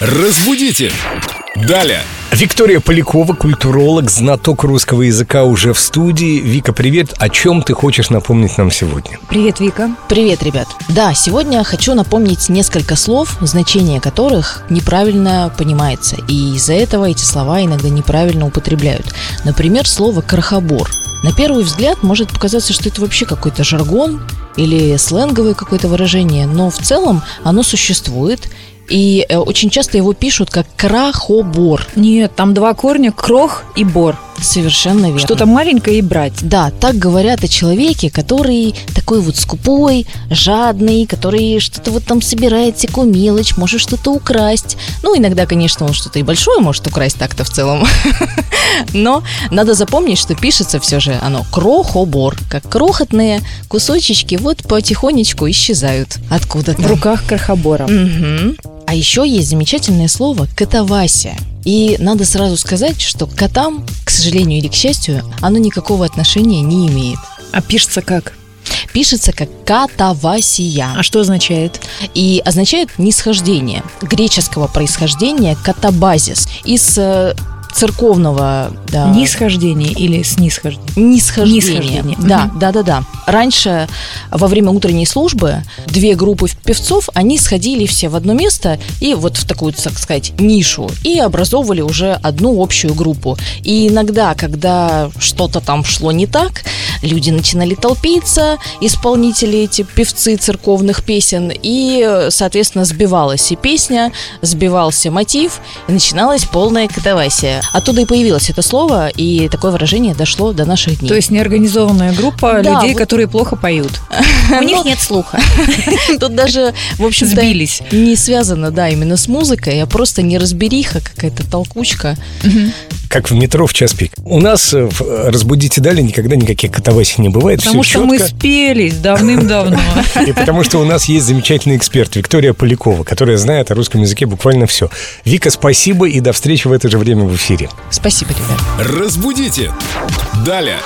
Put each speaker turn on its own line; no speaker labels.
Разбудите! Далее!
Виктория Полякова, культуролог, знаток русского языка уже в студии. Вика, привет. О чем ты хочешь напомнить нам сегодня?
Привет, Вика.
Привет, ребят. Да, сегодня хочу напомнить несколько слов, значение которых неправильно понимается. И из-за этого эти слова иногда неправильно употребляют. Например, слово «крохобор». На первый взгляд может показаться, что это вообще какой-то жаргон или сленговое какое-то выражение, но в целом оно существует, и э, очень часто его пишут как крахобор.
Нет, там два корня – крох и бор.
Совершенно верно.
Что-то маленькое и брать.
Да, так говорят о человеке, который такой вот скупой, жадный, который что-то вот там собирает всякую мелочь, может что-то украсть. Ну, иногда, конечно, он что-то и большое может украсть так-то в целом. Но надо запомнить, что пишется все же оно крохобор, как крохотные кусочечки вот потихонечку исчезают откуда-то.
В руках крохобора.
Мгм. А еще есть замечательное слово «катавасия». И надо сразу сказать, что к котам, к сожалению или к счастью, оно никакого отношения не имеет.
А пишется как?
Пишется как «катавасия»
А что означает?
и означает «нисхождение». Греческого происхождения «катабазис» из э, церковного да,
Нисхождение или снисхождение?
Нисхождение.
Нисхождение.
Да,
Мгм.
да, да, да. Раньше во время утренней службы две группы певцов, они сходили все в одно место и вот в такую, так сказать, нишу и образовывали уже одну общую группу. И иногда, когда что-то там шло не так, люди начинали толпиться, исполнители эти, певцы церковных песен, и, соответственно, сбивалась и песня, сбивался мотив, и начиналась полная катавасия. Оттуда и появилось это слово, и такое выражение дошло до наших дней.
То есть неорганизованная группа
Да,
людей,
вот-
которые плохо поют. У них нет слуха.
Тут даже, в общем-то,
Сбились.
не связано, да, именно с музыкой, а просто неразбериха, какая-то толкучка.
Как в метро в час пик. У нас э, в э, «Разбудите далее» никогда никаких катавасий не бывает.
Потому
все
что мы
четко.
спелись давным-давно.
И потому что у нас есть замечательный эксперт Виктория Полякова, которая знает о русском языке буквально все. Вика, спасибо и до встречи в это же время в эфире.
Спасибо, ребят.
Разбудите! Далее!